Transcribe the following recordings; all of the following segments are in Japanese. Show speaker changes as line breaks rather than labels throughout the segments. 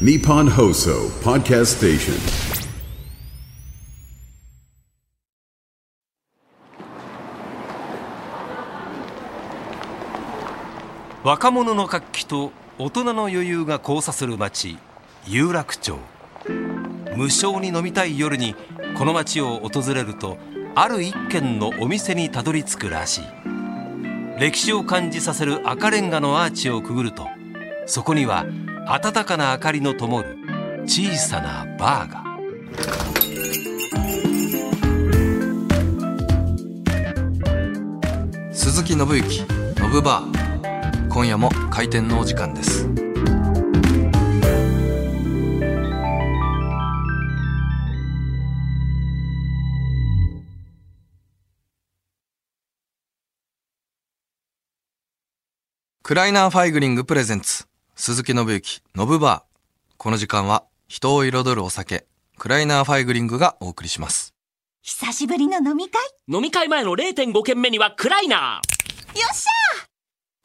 Nippon Hoso Podcast Station.
若者の活気と大人の余裕が交差する街有楽町無償に飲みたい夜にこの街を訪れるとある一軒のお店にたどり着くらしい歴史を感じさせる赤レンガのアーチをくぐるとそこには暖かな明かりの灯る小さなバーが
鈴木信之ノブバー今夜も開店のお時間ですクライナーファイグリングプレゼンツ鈴木信之ノブバーこの時間は人を彩るお酒クライナーファイグリングがお送りします
久しぶりの飲み会
飲み会前の0.5軒目にはクライナ
よっしゃー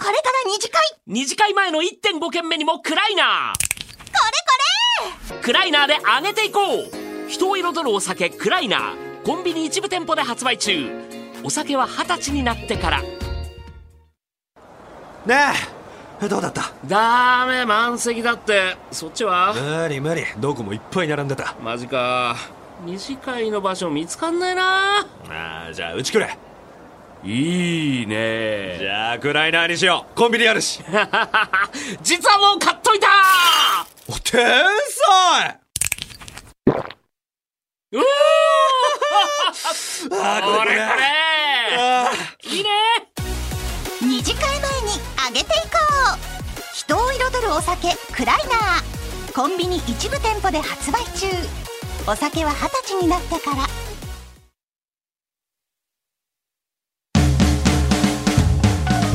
これから二次会
ー二次会前の1.5軒目にもクライナーこれこれクライナーで上げていこう人を彩るお酒クライナーコンビニ一部店舗で発売中お酒は二十歳になってから
ねえどうだった
ダメ満席だってそっちは
無理無理どこもいっぱい並んでた
マジか二次会の場所見つかんないな
あーじゃあうちくれ
いいね
じゃあクライナーにしようコンビニあるし
実はもう買っといた
お天才
う おー
あー
これこれ
あ
いいね
二次会前にあげていこう人を彩るお酒クライナーコンビニ一部店舗で発売中お酒は二十歳になってから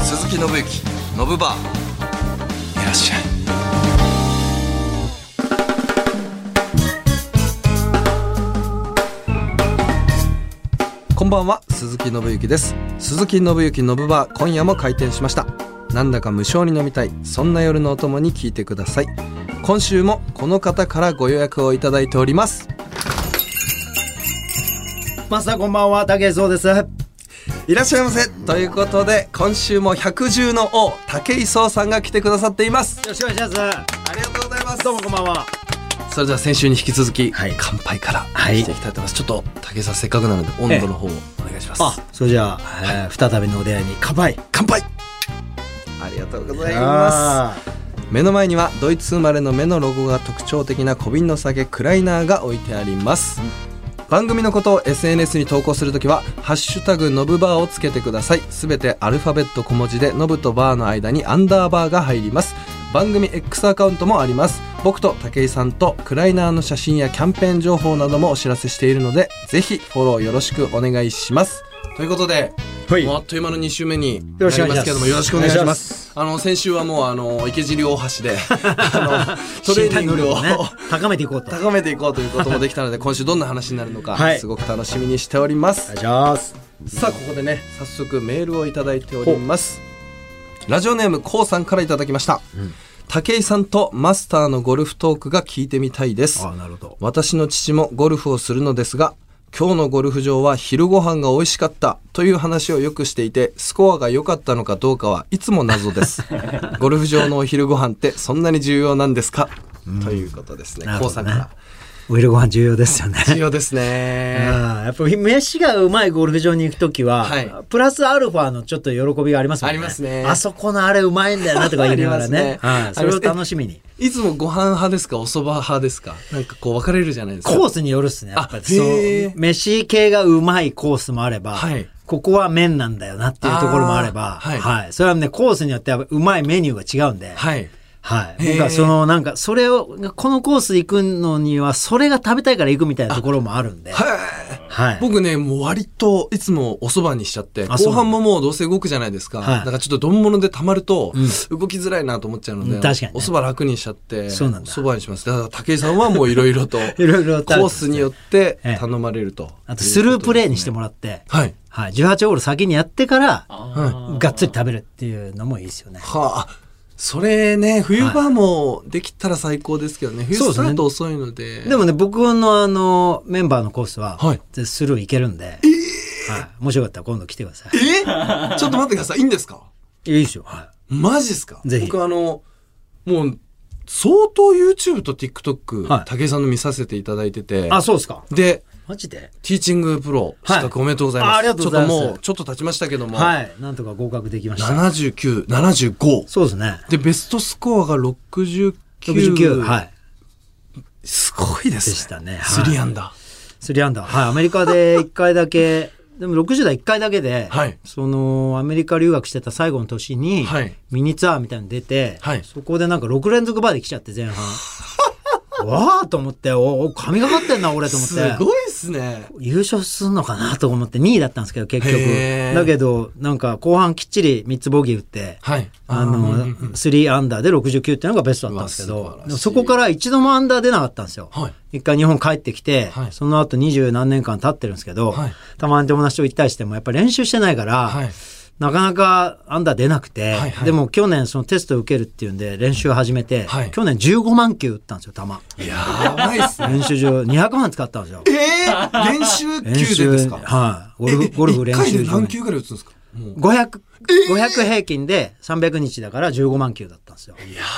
鈴木信之ノブバーいらっしゃいこんばんは鈴木信之です鈴木信之ノブバー今夜も開店しましたなんだか無償に飲みたいそんな夜のお供に聞いてください今週もこの方からご予約をいただいております
マスターこんばんは竹井壮です
いらっしゃいませということで今週も百獣の王武井壮さんが来てくださっています
よろしくお願いします
ありがとうございます
どうもこんばんは
それでは先週に引き続き、
はい
乾杯から
はい
していきたいと思います、ちょっと武井さんせっかくなので温度の方をお願いします、
それじゃあ、えー再びのお出会いに乾杯
乾杯ありがとうございます目の前にはドイツ生まれの目のロゴが特徴的な小瓶の酒クライナーが置いてあります、番組のことを SNS に投稿するときは「ハッシュタグノブバー」をつけてくださいすべてアルファベット小文字でノブとバーの間にアンダーバーが入ります番組 X アカウントもあります僕と武井さんとクライナーの写真やキャンペーン情報などもお知らせしているのでぜひフォローよろしくお願いしますということで
はい
もうあっという間の2週目にな
ろしくお
ります
願いします
けどもよろしくお願いし
お願
ま
いしますす
あの先週はもうあの池尻大橋 であのトレーニングを、
身体能力ね高めていこうとお
高めていこうということもできたので今週どんな話になるのか、
はい
すごく楽しみにしております
願いします
さあここでね早速メールをいただいておりますラジオネームこうさんからいただきました、武井さんとマスターのゴルフトークが聞いてみたいです
あーなるほど
私の父もゴルフをするのですが今日のゴルフ場は昼ご飯が美味しかったという話をよくしていてスコアが良かったのかどうかはいつも謎です ゴルフ場のお昼ご飯ってそんなに重要なんですか、ということですね
なる
こ
ほ
う
ど
さ
ね
んから
お昼ご飯重要ですよね
重要ですね
あーやっぱ飯がうまいゴルフ場に行くときは、
はい
プラスアルファのちょっと喜びがありますも
あ
んね。
りますね
あそこのあれうまいんだよなとか言いながら
あり
ね。
ますね
はいそれを楽しみに。
いつもご飯派ですかお蕎麦派ですかなんかこう分かれるじゃないですか
コースによるっすね。やっぱ
あ
りそう
へー
飯系がうまいコースもあれば、
はい
ここは麺なんだよなっていうところもあれば、
あーはい
それはね、コースによってやっぱうまいメニューが違うんで、はい。
はいへー
僕はそのなんか、それを、このコース行くのには、それが食べたいから行くみたいなところもあるんで、はい。
僕ねもう割といつもお蕎麦にしちゃって
あそう
後半ももうどうせ動くじゃないですか、
はい
だからちょっと丼物でたまると、動きづらいなと思っちゃうので、
うん確かにね
お蕎麦楽にしちゃって
そうなんだ
お蕎麦にしますだから武井さんはもういろい ろと
いろいろ食べてます
コースによって
ええ
頼まれると
あと、スループレイにしてもらって、
はい
はい、18ホール先にやってから、
は
がっつり食べるっていうのもいいですよね
い。はあそれね冬場もできたら最高ですけどね、冬
そうで
ス
す
タ
ね
ート遅いので
でもね、僕のあの、メンバーのコースは、
はい
スルーいけるんで、はい。もしよかったら今度来てください。
え ちょっと待ってくださいいいんですか
いいですよ。は
マジっすか
ぜひ
僕あのもう相当 YouTube と TikTok、
はい
武井さんの見させていただいてて
い。あ、そうですか。
で
マジで
ティーチングプロ
はい
資格おめでとうございます、
あありがとうございま
ち
す
ょっともうちょっと経ちましたけども、
はい。なんとか合格できました。
7975
そうですね。
でベストスコアが69
69。はい。
すごいですね
でしたねはい
3アンダー
3アンダー。はい。アメリカで1回だけ、でも60代1回だけで、
はい
その、アメリカ留学してた最後の年に、
はい
ミニツアーみたいに出て、
はい
そこでなんか6連続バーで来ちゃって、前半。わあと思って、おお、神がかってんな、俺と思って。
すごいっすね
優勝すんのかなと思って2位だったんですけど結局
へー
だけどなんか後半きっちり3つボギー打って、
はい
あ
うん
の
うんうん
3アンダーで69っていうのがベストだったんですけ
うわ素晴らし
ど
い
でもそこから一度もアンダー出なかったんですよ、
はい
一回日本帰ってきて、
はい
その後二十何年間経ってるんですけど、
はい
たまに友達と行ったりしてもやっぱり練習してないから、
はい
なかなかアンダー出なくて、
はいはい
でも去年そのテスト受けるっていうんで練習を始めて、
はい
去年15万球打ったんですよ球
やばいっすね
練習場200万使ったんですよ
えー、練習
練
球
習
でですか
はい。ゴルフ、ゴルフ練習場
1回で何球ぐらい打つんですかもう
500、500平均で300日だから15万球だったんですよ。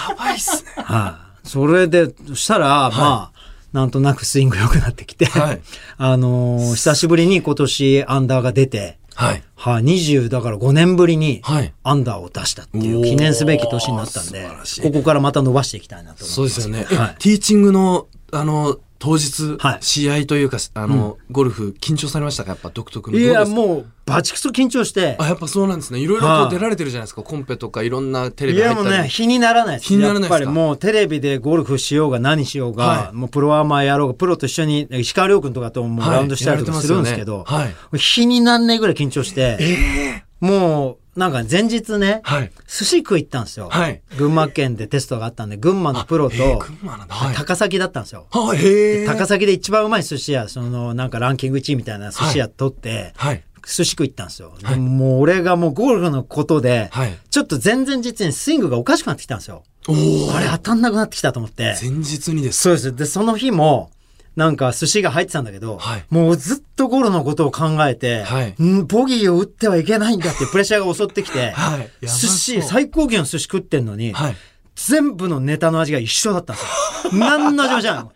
やばいっすね
はい。それで、そしたら、まあ、なんとなくスイング良くなってきて、
はい
あのー久しぶりに今年アンダーが出て、
はい
はい、20だから5年ぶりに
はい
アンダーを出したっていう記念すべき年になったんで、ここからまた伸ばしていきたいなと思って
そう
ま。
ですすよね、
は
え
い。
ティーチングのあの当日、
はい
試合というかあの、ゴルフ緊張されましたかやっぱ独特の
い
どう
や、
ですか
もう、バチクソ緊張して、
あやっぱそうなんですねいろいろこ
は
う
い
出られてるじゃないですかコンペとかいろんなテレ
い
ビ入
や
った
も
り
うね、日にならないです。
日にならないですか
やっぱりもうテレビでゴルフしようが何しようが、
はい
もうプロアマやろうが、プロと一緒に、石川遼君とかとも
はい
ラウンドしたりとかするんですけ
や
ど、
られてますよね
日になんないぐらい緊張して、もう、なんか前日ね、
はい
寿司食い行ったんですよ、
はい
群馬県でテストがあったんで、群馬のプロと、
えー群馬なんだはい
高崎だったんですよ。
はいへえ
高崎で一番うまい寿司屋、そのなんかランキング1位みたいな寿司屋取って、
はい
寿司食い行ったんですよ。でももう俺がもうゴルフのことで、
はい
ちょっと全然実にスイングがおかしくなってきたんですよ。
おお
あれ当たんなくなってきたと思って。
前日にです
そうです。で、その日も、なんか寿司が入ってたんだけど、
はい
もうずっとゴルフのことを考えて、
はい
うんボギーを打ってはいけないんだっていうプレッシャーが襲ってきて、
はいやば
寿
そう
司、最高級の寿司食ってんのに、
はい
全部のネタの味が一緒だったんで すよ。何の味もしな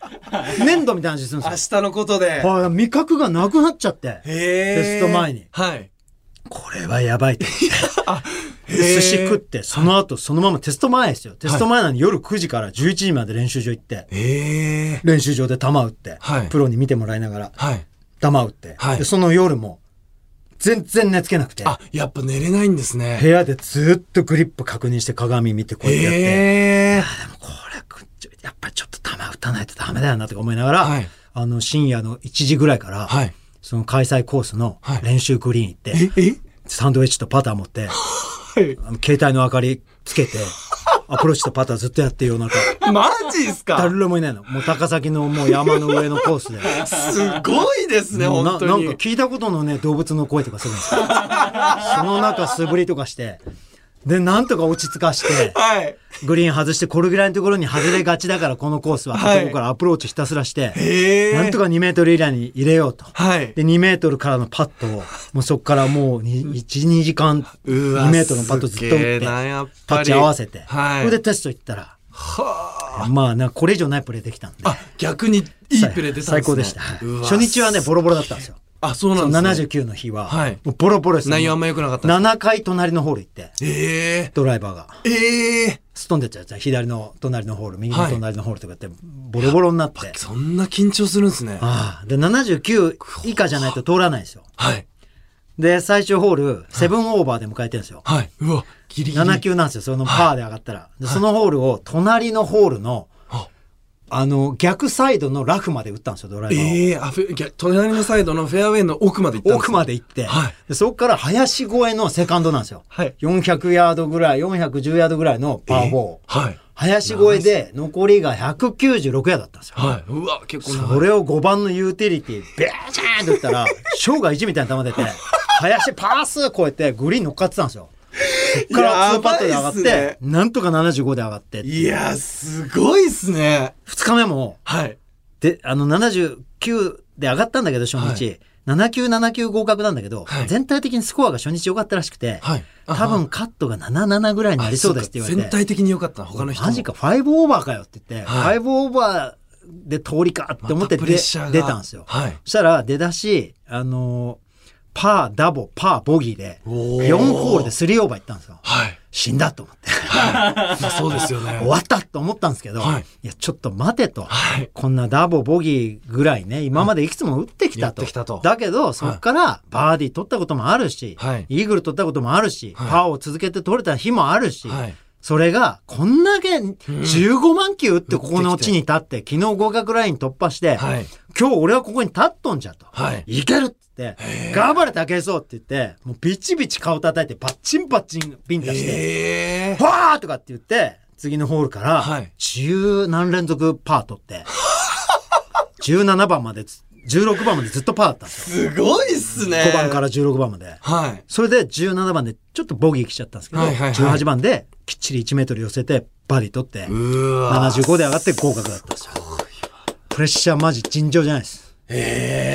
い。粘土みたいな味するんです
日のことで
よ。あ味覚がなくなっちゃって、テスト前に。
はい
これはやばいと 思って。寿司食って、その後、そのままテスト前ですよ。テスト前なのに夜9時から11時まで練習場行って、
ええ
練習場で球打って、
はい
プロに見てもらいながら、
はい
球打って、
はい
でその夜も、全然寝つけなくて、
あやっぱ寝れないんです
部
ね
屋でずっとグリップ確認して鏡見てこうやってやって、
ええ
これくっちょ、やっぱりちょっと球打たないとダメだよなとか思いながら、
はい
あの、深夜の1時ぐらいから、
はい
その開催コースの
はい
練習グリーン行って、
ええ
サンドイッチとパター持って、あの携帯の明かりつ けて、アプローチとパターずっとやってよ、夜中。
マジですか
誰もいないの。もう高崎のもう山の上のコースで。
すごいですね
もうな
本当に
なんか聞いたことのね、動物の声とかするんですよ。その中素振りとかして、で、なんとか落ち着かして、
はい
グリーン外して、これぐらいのところに外れがちだから、このコースは、
はい
とこからアプローチひたすらして、
へー
なんとか2メートル以内に入れようと。
はい
で、2メートルからのパットを、もうそこからもう に1、2時間、
うわ
2メートルのパットずっと打
すげ
っ
え
て
なやっぱり、
タッチ合わせて、
はい
それでテスト行ったら、まあ、なんかこれ以上ないプレーできたんで。
あ逆にいいプレー出たんです、ね、
最高でした。はいう
わ
初日はね、ボロボロだったんですよ。
あそう
そ
な
うん
です、ね、
79の日は、
はい
もうボロボロです
内容あんま良くなかったんです
7回隣のホール行って、
え
ドライバーが。
ー、ええ
すっ飛んでっちゃうじゃん左の隣のホール右
は
の
い
隣のホールとかってボロボロになって、
ー、そんな緊張するんですね
ああで79以下じゃないと通らないんですよ
はい
で最終ホールセブンオーバーで迎えてるんですよ、
はいうわギリギリ
7級なんですよそのパーで上がったら、でそのホールを隣のホールの、
あ
あの逆サイドのラフまで打ったんですよドライバーを。
ええー、あフェギャ隣のサイドのフェアウェイの奥まで行ったんです
奥まで行って、
はい
でそこから林越えのセカンドなんですよ、
はい
400ヤードぐらい410ヤードぐらいのパー4、
はい
林越えで残りが196ヤードだったんですよ
はいうわ結構長
そ
い
れを5番のユーティリティ、ベージャーンって打ったら、生涯1みたいな球出て、林パース越えてグリーン乗っかってたんですよ。 そっから2パットで上が
や
っ
ばいっすね
て、なんとか75で上がって、
いや、すごいっすね。
2日目も、
はい。
で、あの、79で上がったんだけど、初日。79、79合格なんだけど、
はい
全体的にスコアが初日良かったらしくて、
はいあ
多分カットが77ぐらいになりそうですって言われて。
全体的に良かった、他の人も。
マジか、5オーバーかよって言って、
はい
5オーバーで通りかって思っ
また
てで、
プレッシャーが
出たんですよ。
はい
そしたら出だし、あのーパー、ダボ、パー、ボギーで、
おー
4ホールで3オーバーいったんですよ。
はい。
死んだと思って。
まあそうですよね。
終わったと思ったんですけど、
はい
い、や、ちょっと待てと、
はい
こんなダボ、ボギーぐらいね、今までいくつも打ってきたと。
やってきたと
だけど、そっからバーディー取ったこともあるし、
はい
イーグル取ったこともあるし、
はい
パーを続けて取れた日もあるし、
はい
それが、こんだけ15万球打ってここの地に立って、昨日合格ライン突破して、
はい
今日俺はここに立っとんじゃと。
はい
けるっつって、頑張れ竹そうって言って、もうビチビチ顔叩いて、パッチンパッチンビンタして、
ええ
ファーとかって言って、次のホールから
はい、
十何連続パー取って、17番までず、16番までずっとパーだったんですよ。
すごいっすね。
5番から16番まで。
はい。
それで17番でちょっとボギー来ちゃったんですけど、
はいはいはい
18番できっちり1メートル寄せて、バーディー取って、
うわ
75で上がって合格だったんですよ。プレッシャーマジ尋常じゃないです。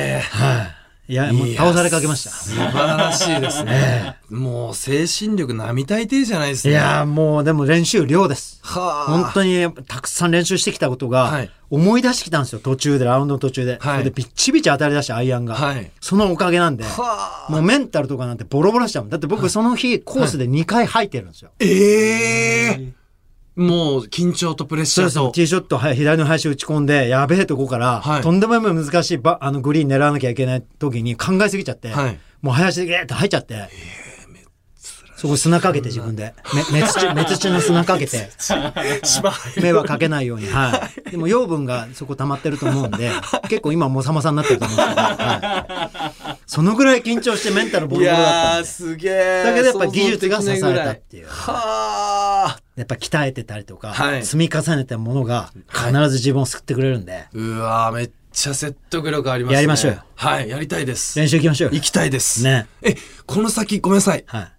ええはい。いや、もう倒されかけました。
素晴らしいです ね。もう精神力並大抵じゃないです
い
ね。
やーもうでも練習量です。
はあ
本当にたくさん練習してきたこと
は
が
い
思い出してきたんですよ、途中で、ラウンドの途中で。
はい
それでビッチビチ当たり出してアイアンが。
はい
そのおかげなんで、
は
もうメンタルとかなんてボロボロしちゃうもん。だって僕その日コースで2回吐いてるんですよ。
ええもう緊張とプレッシ
そ
ャ
う
ー
そう
と。
ティーショット、はい、左の林打ち込んで、やべえとこから、
はい
とんでもない難しいばあのグリーン狙わなきゃいけない時に考えすぎちゃって、
はい
もう林でゲーって入っちゃって、そこ砂かけて自分で、め目土、目土の砂かけて、目はかけないように、はい。でも養分がそこ溜まってると思うんで、結構今もさまさになってると思うんですけど、はいそのぐらい緊張してメンタルボロボロだったんで。
すげえ
だけどやっぱ技術が支えたっていう。
はあ。
やっぱ鍛えてたりとか、
はい
積み重ねたものが必ず自分を救ってくれるんで、
うわーめっちゃ説得力ありますね。
やりましょうよ
はい、やりたいです。
練習行きましょうよ
行きたいです。
ね。
え、この先、ごめんなさい。
は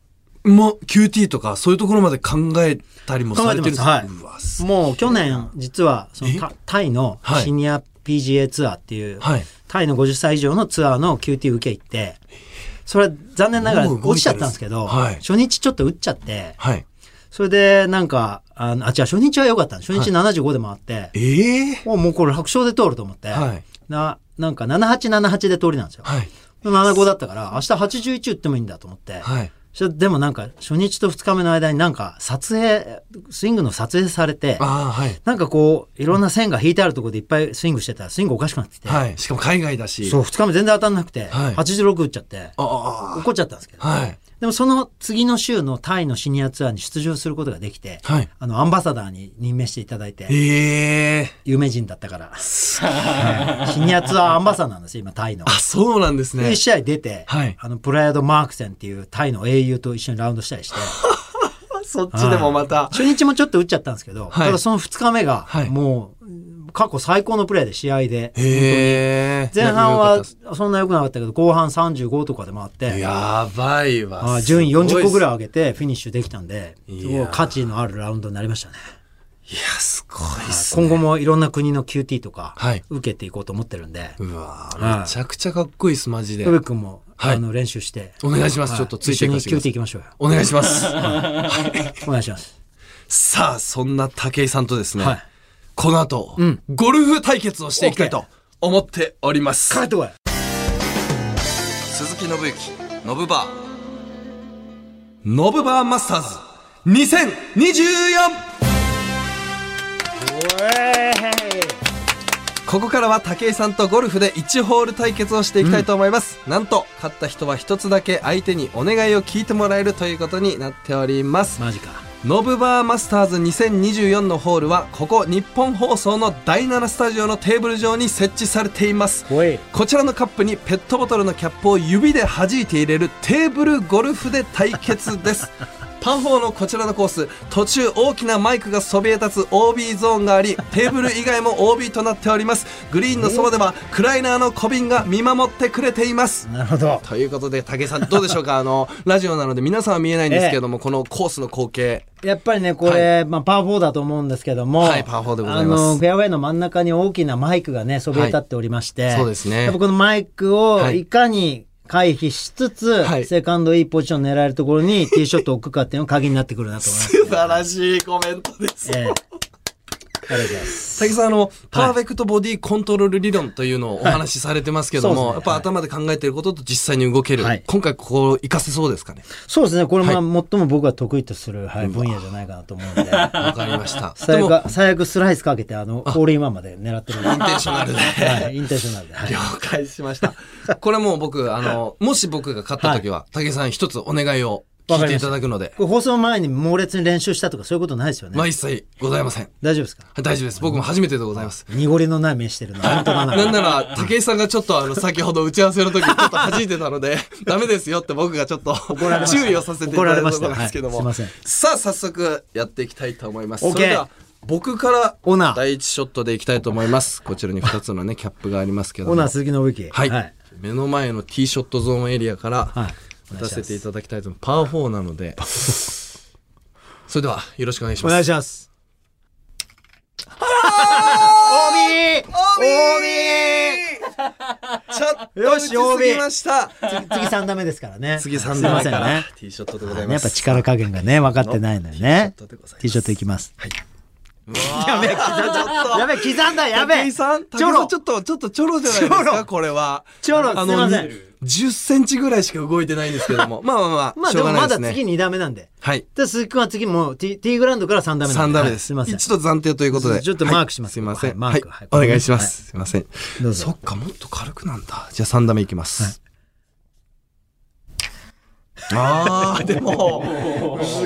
もう、QT とか、そういうところまで考えたりも
い。
さ
考え
れ
て
て
ま。
るんですす
は
うわす
い。もう去年、実は、そ
え
のタタイの
はい
シニア PGA ツアーっていう、
はい
タイの50歳以上のツアーの QT 受け行って、それは残念ながら
もう動いてる
落ちちゃったんですけど、
はい
初日ちょっと打っちゃって、
はい。
それでなんか、あのあ、違う、初日は良かったの初日75で回って、
ええ
おもうこれ楽勝で通ると思って、
はい
な、なんか7878で通りなんですよ。
はい。
75だったから、明日81打ってもいいんだと思って。
はい。
そしたらでもなんか、初日と2日目の間になんか、撮影、スイングの撮影されて、
ああ、はい。
なんかこう、いろんな線が引いてあるところでいっぱいスイングしてたら、スイングおかしくなってきて、
はい。しかも海外だし。。
そうう、2日目全然当たんなくて、
はい
86打っちゃって、
あ
怒っちゃったんですけど
あ。、はい。
でもその次の週のタイのシニアツアーに出場することができて、
はい
あの、アンバサダーに任命していただいて、
ええ
有名人だっ たから、はいシニアツアーアンバサダーなんですよ、今、タイの。
あ、そうなんですね
で、。試合出て、
はい
あの、プライアド・マークセンっていうタイの英雄と一緒にラウンドしたりして、
そっちでもまた。
初日もちょっと打っちゃったんですけど、
はい
ただその2日目が
はい、
もう、過去最高のプレーで試合で、
ええ
前半はそんな良くなかったけど、後半35とかで回って、
やばい
あ
わ。
ー順位40個ぐらい
い。
上げてフィニッシュできたんで、す
い
ご
や
い価値のあるラウンドになりましたね。
いや、すごいっすね。
今後もいろんな国の QT とか
はい、
受けていこうと思ってるんで、
うわ
はい
ーめちゃくちゃかっこいいっす、マジで
宇。部君も、
はい
あの練習して、
お願いします
は
ちょっとついていかせ
一
て
緒
くだ
に
さ
QT
い
行きましょうよ。
お願いし ます。
お願いします。
さあ、そんな武井さんとですね、
はい
この後、ゴルフ対決をしていきたいと思っております。
帰ってこい
鈴木信之、ノブバー。ノブバーマスターズ 2024! ここからは武井さんとゴルフで1ホール対決をしていきたいと思います。なんと、勝った人は一つだけ相手にお願いを聞いてもらえるということになっております。
マジか。
ノブバーマスターズ2024のホールはここ日本放送の第7スタジオのテーブル上に設置されています
おい
こちらのカップにペッ トボトルのキャップを指で弾いて入れるテーブルゴルフで対決ですパ半方のこちらのコース途中大きなマイクがそびえ立つ OB ゾーンがありテーブル以外も OB となっておりますグリーンのそばではクライナーの小瓶が見守ってくれています
なるほど。
ということで武井さんどうでしょうかあのラジオなので皆さんは 見えないんですけれども、このコースの光景
やっぱりね、これ、まあ、パー4だと思うんですけども、
はいパー4でございます
あの、フェアウェイの真ん中に大きなマイクがね、そびえ立っておりまして、
はいそうですね
やっぱこのマイクを
はい
いかに回避しつつ、
はい
セカンドいいポジション狙えるところにティーショットを置くかっていうのが鍵になってくるなと思います。
晴らしいコメント です
ええありがとうございます。
武井さんあの、パーフェクトボディコントロール理論というのをお話しされてますけども、
はい
やっぱ頭で考えてることと実際に動ける、
はい
今回ここを活かせそうですかね
そうですね、これ、まあ、
は
最も僕が得意とする、はい、分野じゃないかなと思うん で、
わかりま したで
最
もイン
悪、最悪スライスかけて、あの、ホールインワンまで狙ってるんで。
テンショナルで
はい、インテンショナルで。はい
了解しました。これもう僕、あの、もし僕が勝った時は、武井さん一つお願いを聞いていただくので、
これ放送前に猛烈に練習したとかそういうことないですよね。
まあ一切ございません。
大丈夫ですか
大丈夫です。僕も初めてでございます。
濁りのない目してるの。本当だ な。
なんなら、武井さんがちょっとあの、先ほど打ち合わせの時、ちょっと弾いてたの で、ダメですよって僕がちょっと
られました
注意をさせていただいたんですけども。
怒られましたはいす
さあ、早速やっていきたいと思います。
OK
それでは、僕から
オナー
第一ショットでいきたいと思います。こちらに2つのね、キャップがありますけども。
オーナー鈴木信之。
はい、目の前のティーショットゾーンエリアから
はい
打たせていただきたいと思いますパー4なので それではよろしくお願いし
お
ます
願いします。
ちょっと
よし
打ちすぎました
次3打目ですからね。
次
す
3
い
打
ま
目
せん
から
ね。
ティーショットでござい
や
ま
っぱ
す
力加減がね、分かってないのよね。
ティーショットでございます
T ショットいきます。
やべえ刻
やべ、刻んだ、やべ。
武井さん武井
チョ
さん
ロ
ちょっとちょっとチョロじゃないです
チョ
か
ロ
これは
チョロ
あ
すい
の
ません
10センチぐらいしか動いてないんですけ どもまあまあまあ
まあ
し
で
ょう
も
がな
ま
いで
だ
すね
次2打目なんで。
はい
で、鈴木君は次もう T, T グラウンドから3打目なん
三
で。
ダメです。
はいすいま
一
せん。
度暫定ということで。
ちょっとマークしま
はいすい
す
ません。
はいマーク
は
はいい
お願いします。すいません。
どうぞ
そっか、もっと軽くなんだ。じゃあ三ダメいきます。 ああ、でも、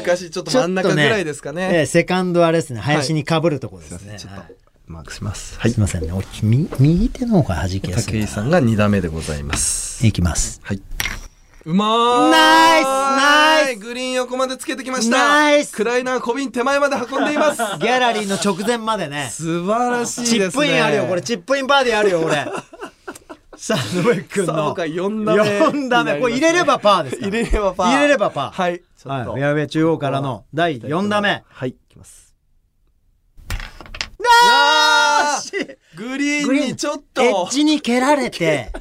難しい。ちょっと真ん中ぐらいですか
ちょっとえ
ね。
えセカンドはあれですね、林にかぶるところです
いません
ね。
ちょっ
はい
とマークします。は
はい、
い
すい。ませんね。俺、み右手の方が弾きやすい
武
な。
井さんが二ダメでございます。
いきます。
はい。うまーい
ナイスナイス
グリーン横までつけてきました
ナイス
クライナー小瓶手前まで運んでい ます
ギャラリーの直前までね。
素晴らしいです
チ
ね
ップインあるよ、これ。チップインバーディーあるよ、 俺。さあ、野上君
さあ
の。
僕は四打目
四打目これ入れればパーですから。
入れればパー
入れればパー。
はいちょ
は
っ
い。
と
フェアウェイ中央からの第4打目。
はい、いきます。なあグリーンにちょっと、
エッジに蹴られ て、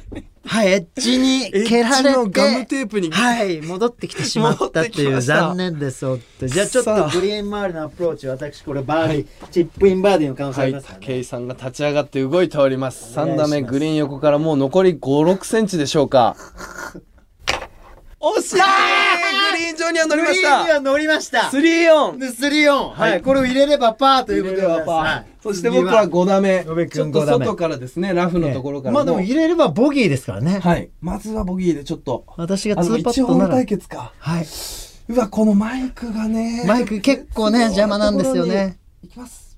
はい、エッジに蹴られて、
エッジのガムテープに
はい、戻ってきてしまったっ て
戻ってき
いう
ました
残念です、本当にじゃあちょっ
さ
と
あ
グリーン周りのアプローチ、私これバーディー、チップインバーディーの可能性あ
は
り
い、
ますからね。
武井さんが立ち上がって動いております。3打目、
お願いします
グリーン横からもう残り5、6センチでしょうか。惜しいグリーン上には乗りまし
グリーンには
た
乗りました。
スリーオン
でスリーオン。はい、これを入れればパーということでございます。はい
そして僕は5打目
野辺。
ちょっ
君
と
5打目
外からですね、ラフのところから
ま
の。
あでも入れればボギーですからね。
はい。まずはボギーでちょっと。
私が
あの
2パ
一
ット
応
な
の
ら
対。決か。
はい。
うわ、このマイクがね。
マイク結構ね、邪魔なんですよね。。
いきます。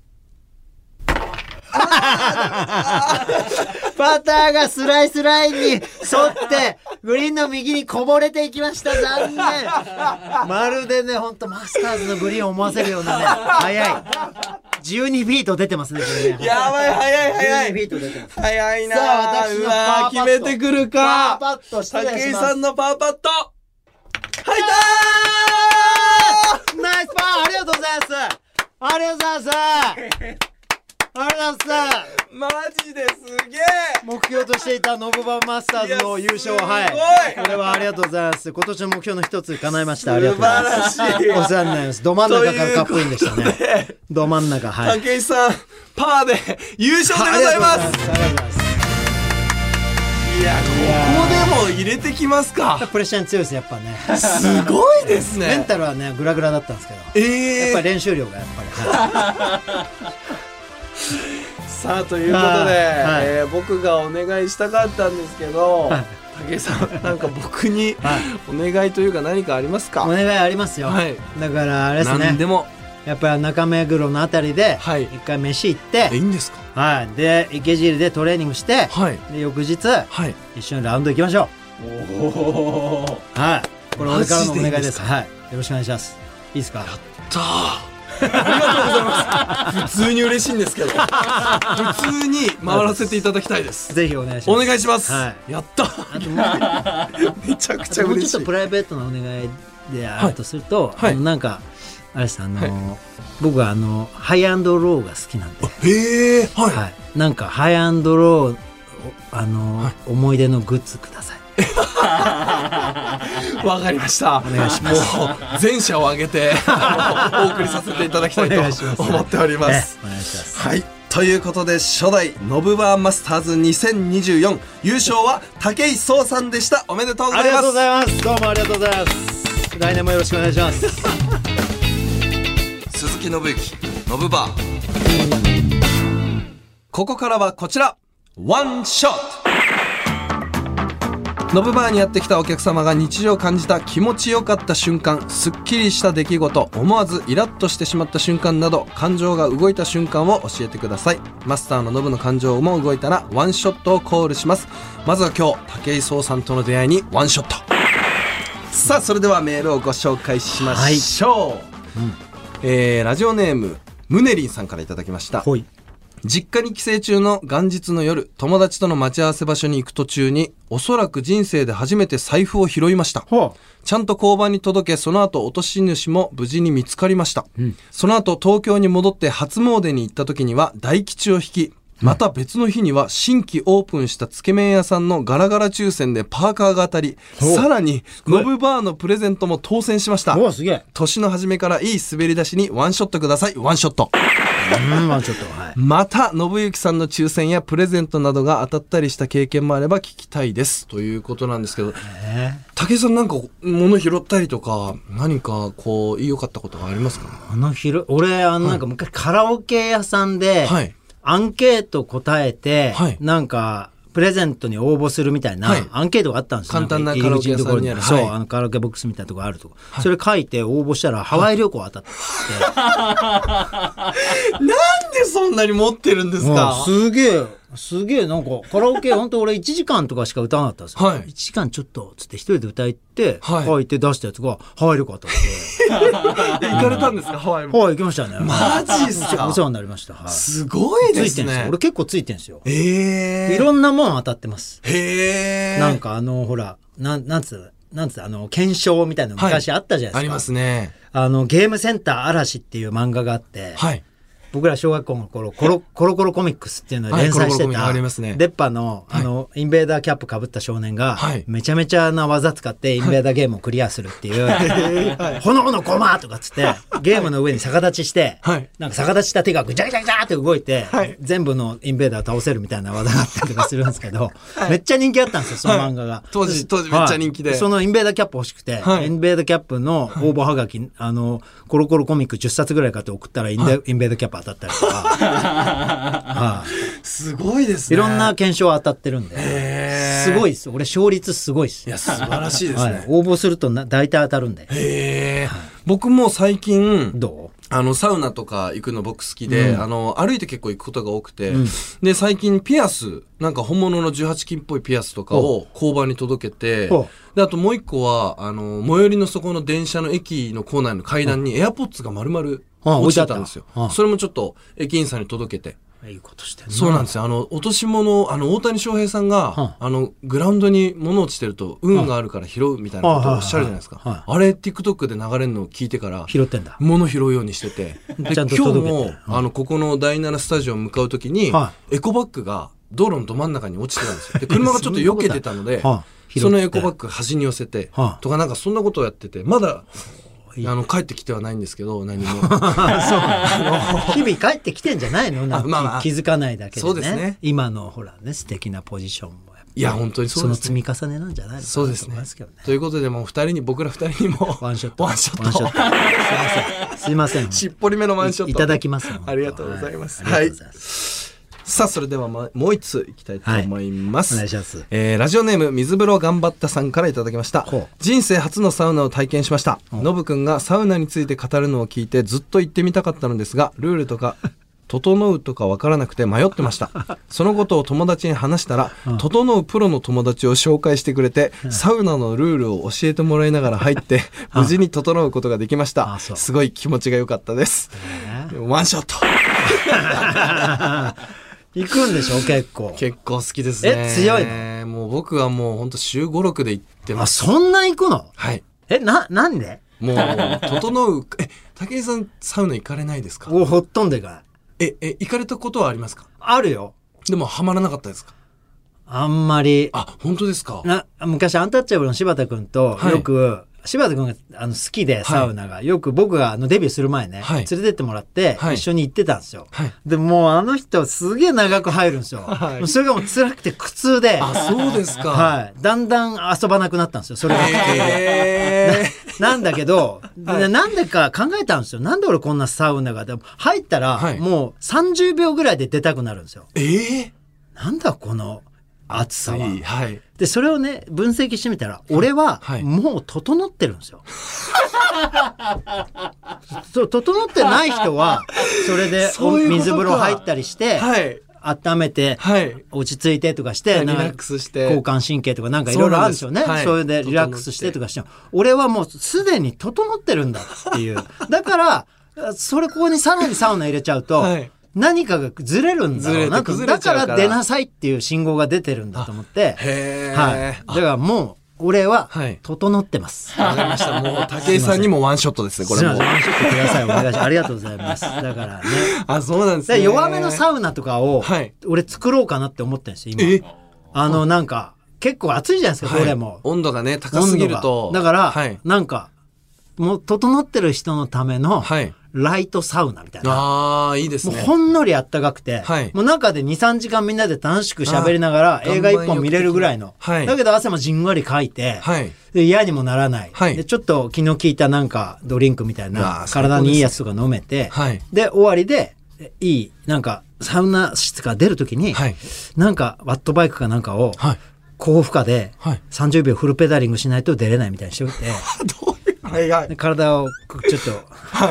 バターがスライスラインに沿って、グリーンの右にこぼれていきました。残念。まるでね、ほんとマスターズのグリーンを思わせるようなね、早い。12フィート出てますね、これね。
やばい、早い、早
12フィ
い。
ート出てます。
早いな
さあ私の
うわ
パーパット
決めてくるか。
パーパット失礼します
武井さんのパーパット。入った
ナイスパーありがとうございますありがとうございますありがとうございます
ーマジですげ
目標としていたノブバンマスターズの優勝
いやすごい
はいこれはありがとうございます今年の目標の一つ叶えましたありがとうございます
素晴らしい
お世話になりますど真ん中からカップインでした
ということ
ね
で
ど真ん中
え
はい
武井さん、 パーで優勝でございます。
ありがとうございます
いや、ここでも入れてきますか。
プレッシャーに強いですやっぱね
すごいです
メン
ね。
タルはねグラグラだったんですけどや
え
っ
え
ぱり練習量がやっぱりはい
さあということで、
はいはい
えー僕がお願いしたかったんですけど、
はい
武井さんなんか僕に
はい
お願いというか何かありますか、
お願いありますよ
はい
だからあれです
何で
ね
も
やっぱり中目黒のあたりで
はい
一回飯行って
いいんですか
はい、で池尻でトレーニングして、
はい
で翌日
はい
一緒にラウンド行きましょうはいこれ俺からのお
マ
願い
ジでいいん
で
ですす
はいよろしくお願いしますいですか
普通に嬉しいんですけど普通に回らせていただきたいです
ぜひお願いします
お願いします、
は
やっためちゃくちゃ
もう
嬉
ち
し
ょっと
い
プライベートなお願いであるとすると、
はい
あのなんかあれですあの、
はい
僕はあのハイアンドローが好きなんで、
へえはい、
はい、なんかハイアンドローあの、思い出のグッズください
わかりました。お願いします。もう全社を挙げてお送りさせていただきたい
お願いします
と思っております
え。えお願いします
はい。ということで初代ノブバーマスターズ2024優勝は武井壮さんでした。おめでとうございます。
いますどうもありがとうございます来年もよろしくお願いします
鈴木信之ノブバー。ここからはこちら。ワンショットノブバーにやってきたお客様が日常感じた気持ちよかった瞬間すっきりした出来事思わずイラッとしてしまった瞬間など感情が動いた瞬間を教えてくださいマスターのノブの感情も動いたらワンショットをコールしますまずは今日武井壮さんとの出会いにワンショットさあそれではメールをご紹介しましょう、えーラジオネームムネリンさんからいただきました
ほい
実家に帰省中の元日の夜友達との待ち合わせ場所に行く途中におそらく人生で初めて財布を拾いました
ほ
ちゃんと交番に届けその後落とし主も無事に見つかりました、その後東京に戻って初詣に行った時には大吉を引きまた別の日には新規オープンしたつけ麺屋さんのガラガラ抽選でパーカーが当たりさらにノブバーのプレゼントも当選しました
すげえ
年の初めからいい滑り出しにワンショットくださいワンショット
うんまあちょっとはい
また信行さんの抽選やプレゼントなどが当たったりした経験もあれば聞きたいですということなんですけど武井さんなんか物拾ったりとか何かこう良かったことがありますか
あの広俺あのなんか昔カラオケ屋さんで、
はい
アンケート答えて、
はい
なんかプレゼントに応募するみたいな、
はい
アンケートがあったんですよ
簡単なん
か入り口
カラオケ屋さんにある
のところ
はい
そうあのカラオケボックスみたいなところあるとこ、それ書いて応募したらハワイ旅行当たって、
なんでそんなに持ってるんですか
うんすげえすげえなんかカラオケ本当俺1時間とかしか歌わなかったんですよ、
はい
1時間ちょっとっつって一人で歌いって、
はい
書いて出したやつがハワイ旅行 当たって
え 行かれたんですかハワイも
ハワイ行きましたね
マジっすか
お世話になりました、はい、
すごい
ついて
で
んです
す
よ
ね
俺結構ついてんですよ
ええ
いろんなもん当たってます。
へえ
なんかあの、ほら、なん、なんつう、なんつう、あの、検証みたいなの
はい
昔あったじゃ
あ
ない
り
ですか。
ますね
あの、ゲームセンター嵐っていう漫画があって、
はい
僕ら小学校の頃、コロ、コロコロコミックスっていうのを
は
連
い
載して
コロコロコミック
た、
ありますね
デッパの、あの、インベーダーキャップ被った少年が、
はい
めちゃめちゃな技使ってインベーダーゲームをクリアするっていう、炎の駒とかっつって、ゲームの上に逆立ちして、
はい
なんか逆立ちした手がぐちゃぐちゃぐちゃって動いて、全部のインベーダーを倒せるみたいな技があったりとかするんですけど、めっちゃ人気あったんですよ、その漫画が。
当時当時めっちゃ人気で
はいそのインベーダーキャップ欲しくて、
はい
インベーダーキャップの応募はがき、あの、コロコロコミック10冊ぐらい買って送ったらインベ、インベーダーキャップ当たったり とか、はい
すごいですね
いろんな検証当たってるんで、すごいです。俺、勝率すごいです。
いや素晴らしいです
は
ね、
い、応募するとな大体当たるんで。
へえ僕も最近
ど
あの、サウナとか行くの僕好きで、あの、歩いて結構行くことが多くて、で、最近ピアス、なんか本物の18金っぽいピアスとかを交番に届けて
ほ、
で、あともう一個は、あの、最寄りのそこの電車の駅の構内の階段にエアポッツが丸々
あ
落ちてたんですよ
置いてあったあ。
それもちょっと駅員さんに届けて。
ういいことしてる
そうなんですよ。あの、落とし物、あの、大谷翔平さんが
は、
あの、グラウンドに物落ちてると、運があるから拾うみたいなことをおっしゃるじゃないです
はいはい
か
は。
あれ、TikTok で流れるのを聞いてから、
拾ってんだ。
物拾うようにしててで
ちゃ
今
ん
日
と届けて
もあのここの第7スタジオ向かう時に、
は
エコバッグが道路のど真ん中に落ちてたんですよで車がちょっと避けてたので
そんなこと ははあ拾って
そのエコバッグ端に寄せて、
はあ
とかなんかそんなことをやっててまだあの帰ってきてはないんですけど 何も
日々帰ってきてんじゃないのなんか
あまあまあ
気づかないだけで、ね。
そうですね
今のほらね、素敵なポジションもやっぱり
いや本当にそう
そ
で
の
す
積
ね
み重ねなんじゃないのかな
そうです
と思い
ね
ますけどね。
ということでもう二人に僕ら二人にも
ワンショット。
ワンショット
ワン トすいません。す
し
い
っぽりめのワ
ま
ン
せ
ショ
ん。
ッ
い
ト
いただきます。
ありがとうございます
はありがとうございます。
さあそれでは、ま、もう一ついきたいと思います、
はいお願いします
えーラジオネーム水風呂頑張ったさんからいただきました
ほう
人生初のサウナを体験しま したノブくんがサウナについて語るのを聞いてずっと行ってみたかったのですがルールとか整うとか分からなくて迷ってましたそのことを友達に話したら、整うプロの友達を紹介してくれて、サウナのルールを教えてもらいながら入って無事に整うことができました
あそう
すごい気持ちが良かったですワンショット
行くんでしょ結構。
結構好きですね
え強い
のもう僕はもうほんと週56で行ってま
あ、
す
そんな行くの
はい
え、な、なんで
もう整う え武井さんサウナ行かれないですか
おほっとんでかい。
ええ行かれたことはありますか
あるよ。
でもハマらなかったですか
あんまり。
あ本当ですか
な昔アンタッチャブルの柴田くんと
はい
よく、柴田くんがあの好きでサウナが、よく僕があのデビューする前ね、
はい
連れてってもらって、
はい
一緒に行ってたんですよ。
はい
でもうあの人すげえ長く入るんですよ。
はい
もうそれがもう辛くて苦痛で、
あそうですか
はい、だんだん遊ばなくなったんですよ。それが苦痛で。
え
なんだけど、でなんでか考えたんですよ。なんで俺こんなサウナが。でも入ったら、
はい
もう30秒ぐらいで出たくなるんですよ。
ー、え
なんだこの暑さ
ー、
は。
はいはい
で、それをね、分析してみたら、俺は
はい、
もう整ってるんですよ。 そう、整ってない人は、それで
そういうことか
水風呂入ったりして、
はい
温めて、
はい
落ち着いてとかして、
はい
なんか
リラックスして
交感神経とかなんかいろいろあるんですよね。
そう
そ
なんですはい
れでリラックスしてとかして、俺はもうすでに整ってるんだって いう。だから、それここにさらにサウナ入れちゃうと、
はい
何かがずれるんだろうなと。
ずれて崩れ
だ
ちゃうから
から出なさいっていう信号が出てるんだと思って。
へー
はい。だからもう、俺は
はい、
整ってます。
わかりましたもう武井さんにもワンショットですねこれ
すいま
もう
せん、ちょっとください。お願いします。ありがとうございます。だからね。
あそうなんです
で
ね
弱めのサウナとかを
はい、
俺作ろうかなって思ってるんですよ、
え
今。あの、なんか、結構暑いじゃないですか、どれも。
温度がね高すぎると
温度がだから、
はい
なんか、もう整ってる人のための
はい、
ライトサウナみたいな。
ああいいです
もう
ね
ほんのりあったかくて、
はい
もう中で2、3時間みんなで楽しく喋りながら
あー
映画一本見れるぐらいの。
岩盤浴的なはい
だけど汗もじんわりかいて、
はい
で嫌にもならない、
はい
で。ちょっと気の利いたなんかドリンクみたい
わ
な
あ
体にいいやつとか飲めて、
はい
で、終わりで、えいい、なんかサウナ室から出るときに、
はい
なんかワットバイクかなんかを、
はい
高負荷で
はい
30秒フルペダリングしないと出れないみたいにしておい て、
はいはい
で体をくちょっと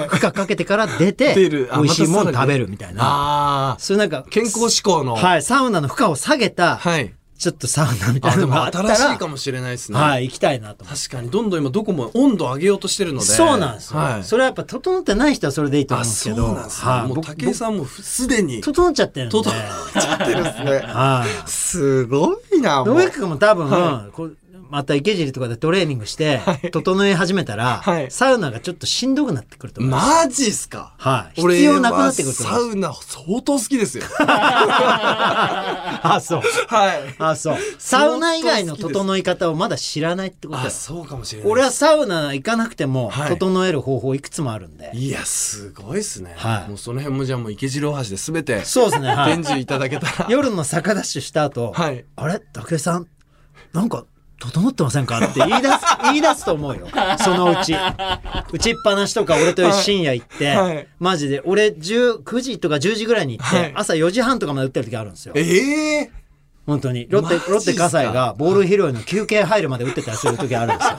負荷かけてから出て、
出
美
るあ
味しい
ま
もん
た
食
さらに
べるみたいな。
ああ
そういうなんか、
健康志向の
はい、サウナの負荷を下げた、
はい
ちょっとサウナみた
あ
い
で
なの
も
があった ら、
新しいかもしれないですね
はい、行きたいなと思って。
確かにどんどん今どこも温度上げようとしてるので
そうなんですよ、
はい、
それはやっぱ整ってない人はそれでいいと思うん
あ
です
そ
け
う
ど、
なんですね、
はい
もう
僕
武井さんもすでに
整っちゃってるんで。
整っちゃってるんですね
はい。
すごいな
野
もう
上君も多分、こうまた池尻とかでトレーニングして、整え始めたら、
はい
サウナがちょっとしんどくなってくると思います。
マジっすか
はい
俺
必要なくなってくると思
サ
い
ウナ相当好きですよ
あ、そう。
はい
あ、そう。サウナ以外の整い方をまだ知らないってことだ
あ
よ。
そうかもしれない
俺はサウナ行かなくても
は、い
整える方法いくつもあるんで。
いやすごいっすね、
はい
もうその辺もじゃあもう池尻大橋で全 て
そうですね。はい
伝授いただけたら
夜の坂ダッシュした後、
はい
あれ武井さん、なんか、整ってませんかって言い出す、 言い出すと思うよ。そのうち。打ちっぱなしとか俺と深夜行って、
はいはい
マジで、俺10 9時とか10時ぐらいに行って、
はい
朝4時半とかまで打ってる時あるんですよ。
ええ
本当に。ロッ
マジっす
テ、
か
ロッテ葛西がボール拾いの休憩入るまで打ってたりする時あるんですよ。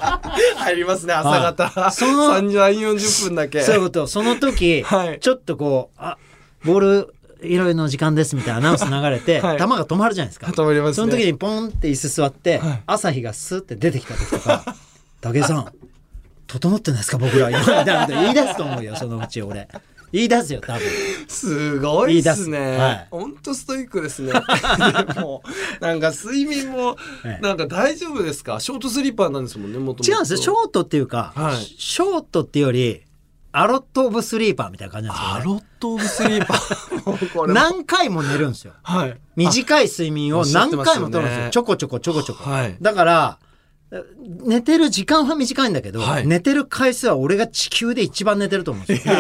入りますね朝方、
はいその
3時40分だけ
そういうこと。その時、
はい
ちょっとこう、あ、ボール、いろいろの時間ですみたいなアナウンス流れて、
はい
球が止まるじゃないですか。
止まりますね
その時にポンって椅子座って、
はい
朝日がスーって出てきた時と か、武井さん、整ってないですか僕ら今みたいなこと言い出すと思うよ、そのうち俺。言い出すよ、多分。
すごいです
言い
ね。
出すはい
ほんとストイック ですね。でも、なんか睡眠も
え、え
なんか大丈夫ですかショートスリーパーなんですもんね、もともと。
違うんですよ、ショートっていうか、
はい
ショートっていうより、アロット・オブ・スリーパーみたいな感じなんですよ、
ア
ね。
ロットオブスリーパ ー。もうこれも。
何回も寝るんですよ。
はい。
短い睡眠を何回も取るんです
あおっしゃってましたよね
よ。ちょこちょこちょこちょこ。
はい
だから、寝てる時間は短いんだけど、
はい
寝てる回数は俺が地球で一番寝てると思うんですよ。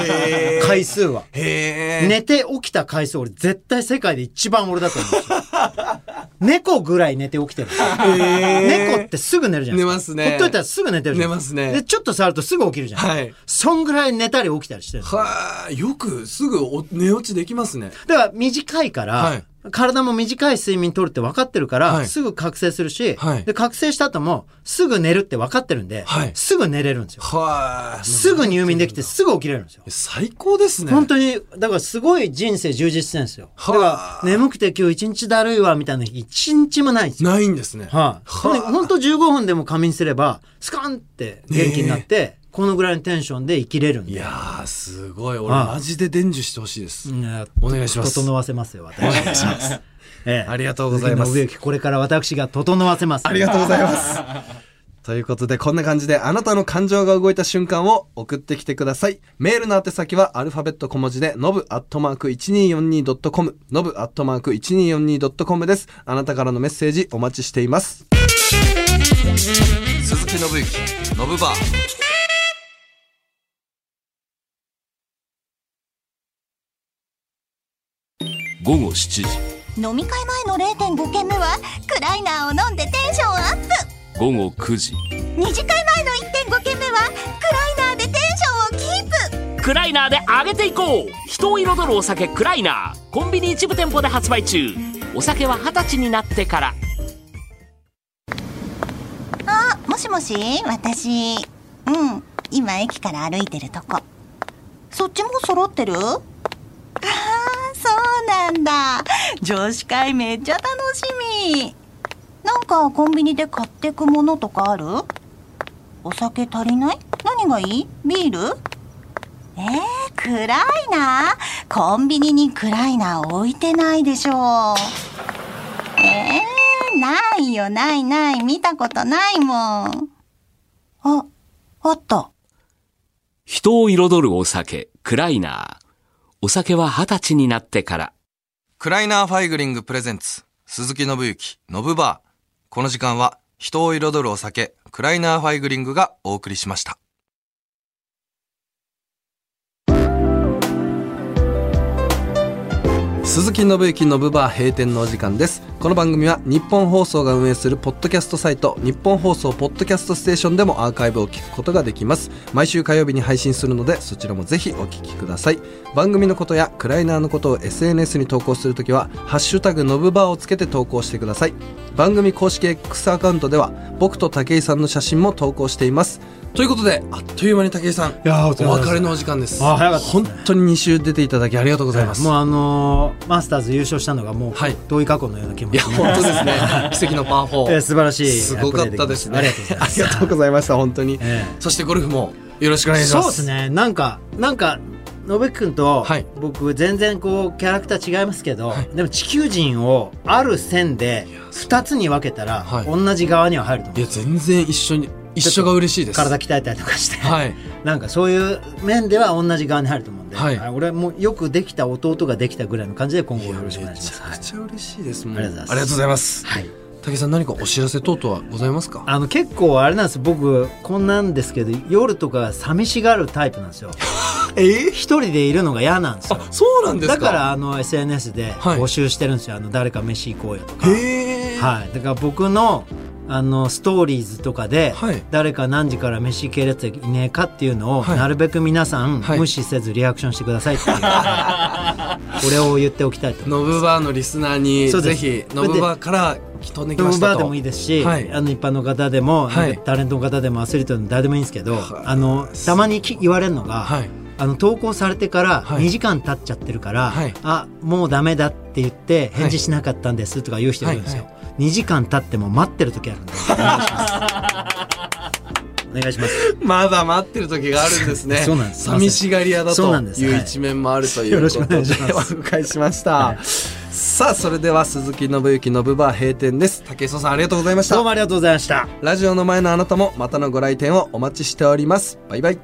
回数は。
へえ。
寝て起きた回数俺絶対世界で一番俺だと思うんで すよ。猫ぐらい寝て起きてるんですよ。猫ってすぐ寝るじゃないですか。
寝ますね
ほっといたらすぐ寝てるじゃないですか
寝ますね
で、ちょっと触るとすぐ起きるじゃないですか。
はい
そんぐらい寝たり起きたりしてるんですよ
はあ、よくすぐお寝落ちできますね。
だから短いから、
はい
体も短い睡眠取るって分かってるから、
はい
すぐ覚醒するし、
はい
で覚醒した後もすぐ寝るって分かってるんで、
はい
すぐ寝れるんですよ。
はあ
すぐ入眠できてすぐ起きれるんですよ。
最高ですね
本当に、だからすごい人生充実してるんですよ。
はあ
だから眠くて今日一日だるいわみたいな日一日もないんですよ。
ないんですね
はい、本当15分でも仮眠すれば、スカンって元気になって、このぐらいのテンションで生きれるんで。
いやーすごい俺
はい
マジで伝授してほしいです、
ね
お願いします
整わせますよ、私。お願いします。ええ、
ありがとうございます
鈴木信之これから私が整わせます。あ
ありがとうございます。ということで、こんな感じで、あなたの感情が動いた瞬間を送ってきてください。メールの宛先は、アルファベット小文字で、ノブアットマーク 1242.com、ノブアットマーク 1242.com です。あなたからのメッセージお待ちしています。
鈴木信之ノブバー
午後7時
飲み会前の0.5軒目はクライナーを飲んでテンションアップ
午後9時
2次会前の1.5軒目はクライナーでテンションをキープ
クライナーで上げていこう人を彩るお酒クライナーコンビニ一部店舗で発売中お酒は二十歳になってから
あもしもし私うん今駅から歩いてるとこそっちも揃ってるああそうなんだ女子会めっちゃ楽しみなんかコンビニで買ってくものとかあるお酒足りない何がいいビールえー、暗いなコンビニに暗いな置いてないでしょうえー、ないよ、ないない、見たことないもん。あ、あった。
人を彩るお酒クライナーお酒は二十歳になってから
クライナーファイグリングプレゼンツ、鈴木信之、ノブバー。この時間は、人を彩るお酒、クライナーファイグリングがお送りしました。鈴木信之のブバー閉店のお時間ですこの番組は日本放送が運営するポッドキャストサイト日本放送ポッドキャストステーションでもアーカイブを聞くことができます毎週火曜日に配信するのでそちらもぜひお聞きください番組のことやクライナーのことを SNS に投稿するときは「ハッシュタグのぶバー」をつけて投稿してください番組公式 X アカウントでは僕と武井さんの写真も投稿していますということであっという間に武井さん
いやー
お
お疲れ様です
別れのお時間です
あ早かったですね
本当に2週出ていただきありがとうございます、
もうあのーマスターズ優勝したのがもう、
はい
遠い過去のような気持
い
ち
や、本当ですね。 奇跡のパー4。
えー素晴らしい
すごかったですね。
ありがとうございます
ありがとうございました、本当に
ええ。
そしてゴルフもよろしくお願いし
そ
ま
う
す。
です。ねなんかなんか野べくんと
はい
僕全然こうキャラクター違いますけど、でも地球人をある線で2つに分けたら
はい
同じ側には入ると思、
いうや、全然一緒に、一緒が嬉しいです。
体鍛えたりとかして、
はい。
なんかそういう面では同じ側に入ると思うんで、
はい
あ俺はもうよくできた弟ができたぐらいの感じで今後よろしくお願いし
めちゃ
ま
く
す。
ちゃ嬉しいです。も
ありがとうございます
ありがとうございます。
はい、
竹さん、何かお知らせ等々はございますか
あの結構あれなんです僕こんなんですけど夜とか寂しがるタイプなん ですよ
え
一人でいるのが嫌なんですよ
そうなんです
だ
か
からあの SNS で
はい
募集してるんですよ、あの誰か飯行こうよとか、
へえ。
はい、だから僕のあのストーリーズとかで、
はい
誰か何時から飯系列いねえかっていうのを、
はい
なるべく皆さん、
はい
無視せずリアクションしてくださいっ ていうこれを言っておきたいと思い
ノブバーのリスナーに、
そう
ぜ
です
ひ、ノブバーから飛んでき
ます
ましたと。
ノブバーでもいいですし、
はい
あの一般の方でも、
はい
なんかタレントの方でもアスリートの誰でもいいんですけど、
はい
あのたまにき言われるのが、
はい
あの投稿されてから
はい
2時間経っちゃってるから、
はい
あもうダメだって言って返事しなかったんですとか言う人いるんですよ、
は
2時間経っても待ってる時あるんで お願いします
まだ待ってる時があるんですね。
そうなんです
寂しがり屋だ
そう
と
なんです
い
は
う
い
一面もあるとい
よ
う
ろ
こ
し
と
く
で、
お
お
願いします
迎えしました。さあ、それでは鈴木信之のブバー閉店です。竹磯さんありがとうございまし
どうも
た。
ありがとうございました
ラジオの前のあなたもまたのご来店をお待ちしております。バイバイ。